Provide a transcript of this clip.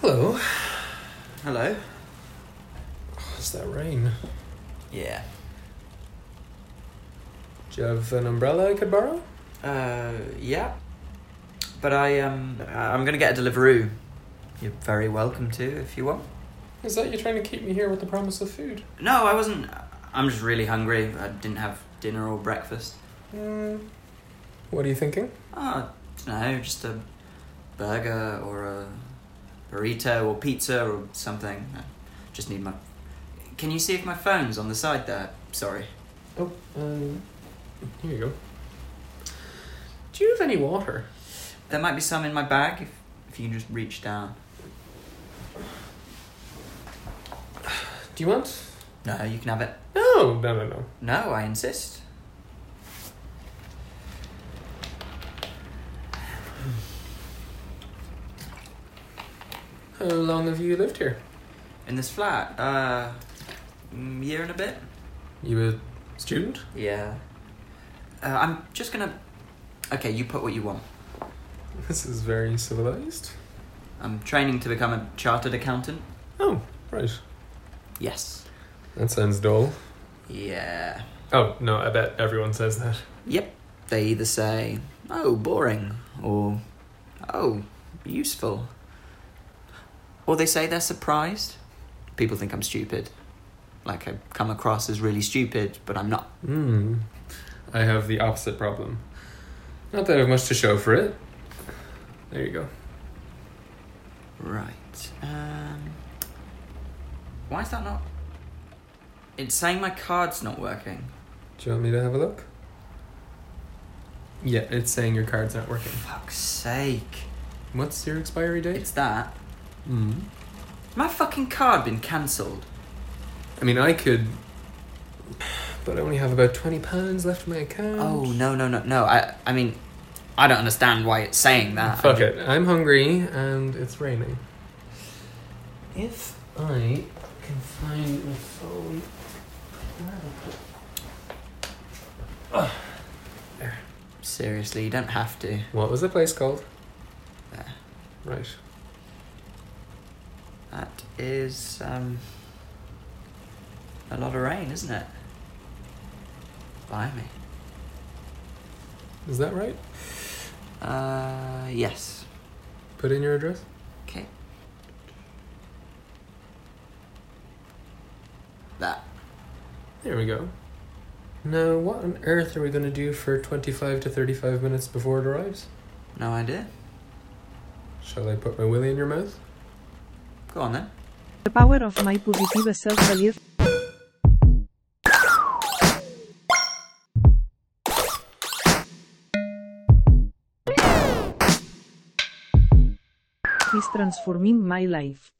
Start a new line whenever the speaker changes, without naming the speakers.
Hello.
Hello.
It's that rain.
Yeah.
Do you have an umbrella I could borrow?
Uh, yeah. But I um, I- I'm gonna get a Deliveroo. You're very welcome to if you want.
Is that you trying to keep me here with the promise of food?
No, I wasn't. I'm just really hungry. I didn't have dinner or breakfast.
Mm. What are you thinking?
Oh, I don't know, just a burger or a burrito or pizza or something. I just need my. Can you see if my phone's on the side there? Sorry.
Oh, um, here you go. Do you have any water?
There might be some in my bag if, if you can just reach down.
Do you want?
No, you can have it.
No, no, no, no.
No, I insist.
How long have you lived here?
In this flat, uh, mm, year and a bit.
You a student?
Yeah. Uh, I'm just gonna. Okay, you put what you want.
This is very civilized.
I'm training to become a chartered accountant.
Oh, right.
Yes.
That sounds dull.
Yeah.
Oh, no, I bet everyone says that.
Yep. They either say, oh, boring, or oh, useful. Or they say they're surprised. People think I'm stupid. Like I come across as really stupid, but I'm not.
Hmm. I have the opposite problem. Not that I have much to show for it. There you go.
Right. Um, why is that not. It's saying my card's not working.
Do you want me to have a look? Yeah, it's saying your card's not working.
Fuck's sake.
What's your expiry date?
It's that.
Mm.
My fucking card been cancelled.
I mean, I could, but I only have about twenty pounds left in my account.
Oh, no, no, no, no. I, I mean, I don't understand why it's saying that. I
Fuck
ju-
it. I'm hungry and it's raining. If I can find my phone.
Seriously, you don't have to.
What was the place called? Ah.
There.
Right.
That is um, a lot of rain, isn't it? Blimey.
Is that right?
Uh, yes.
Put in your address.
Okay. That.
There we go. Now, what on earth are we going to do for 25 to 35 minutes before it arrives?
No idea.
Shall I put my willy in your mouth?
Go on then.
The power of my positive self-belief. is transforming my life.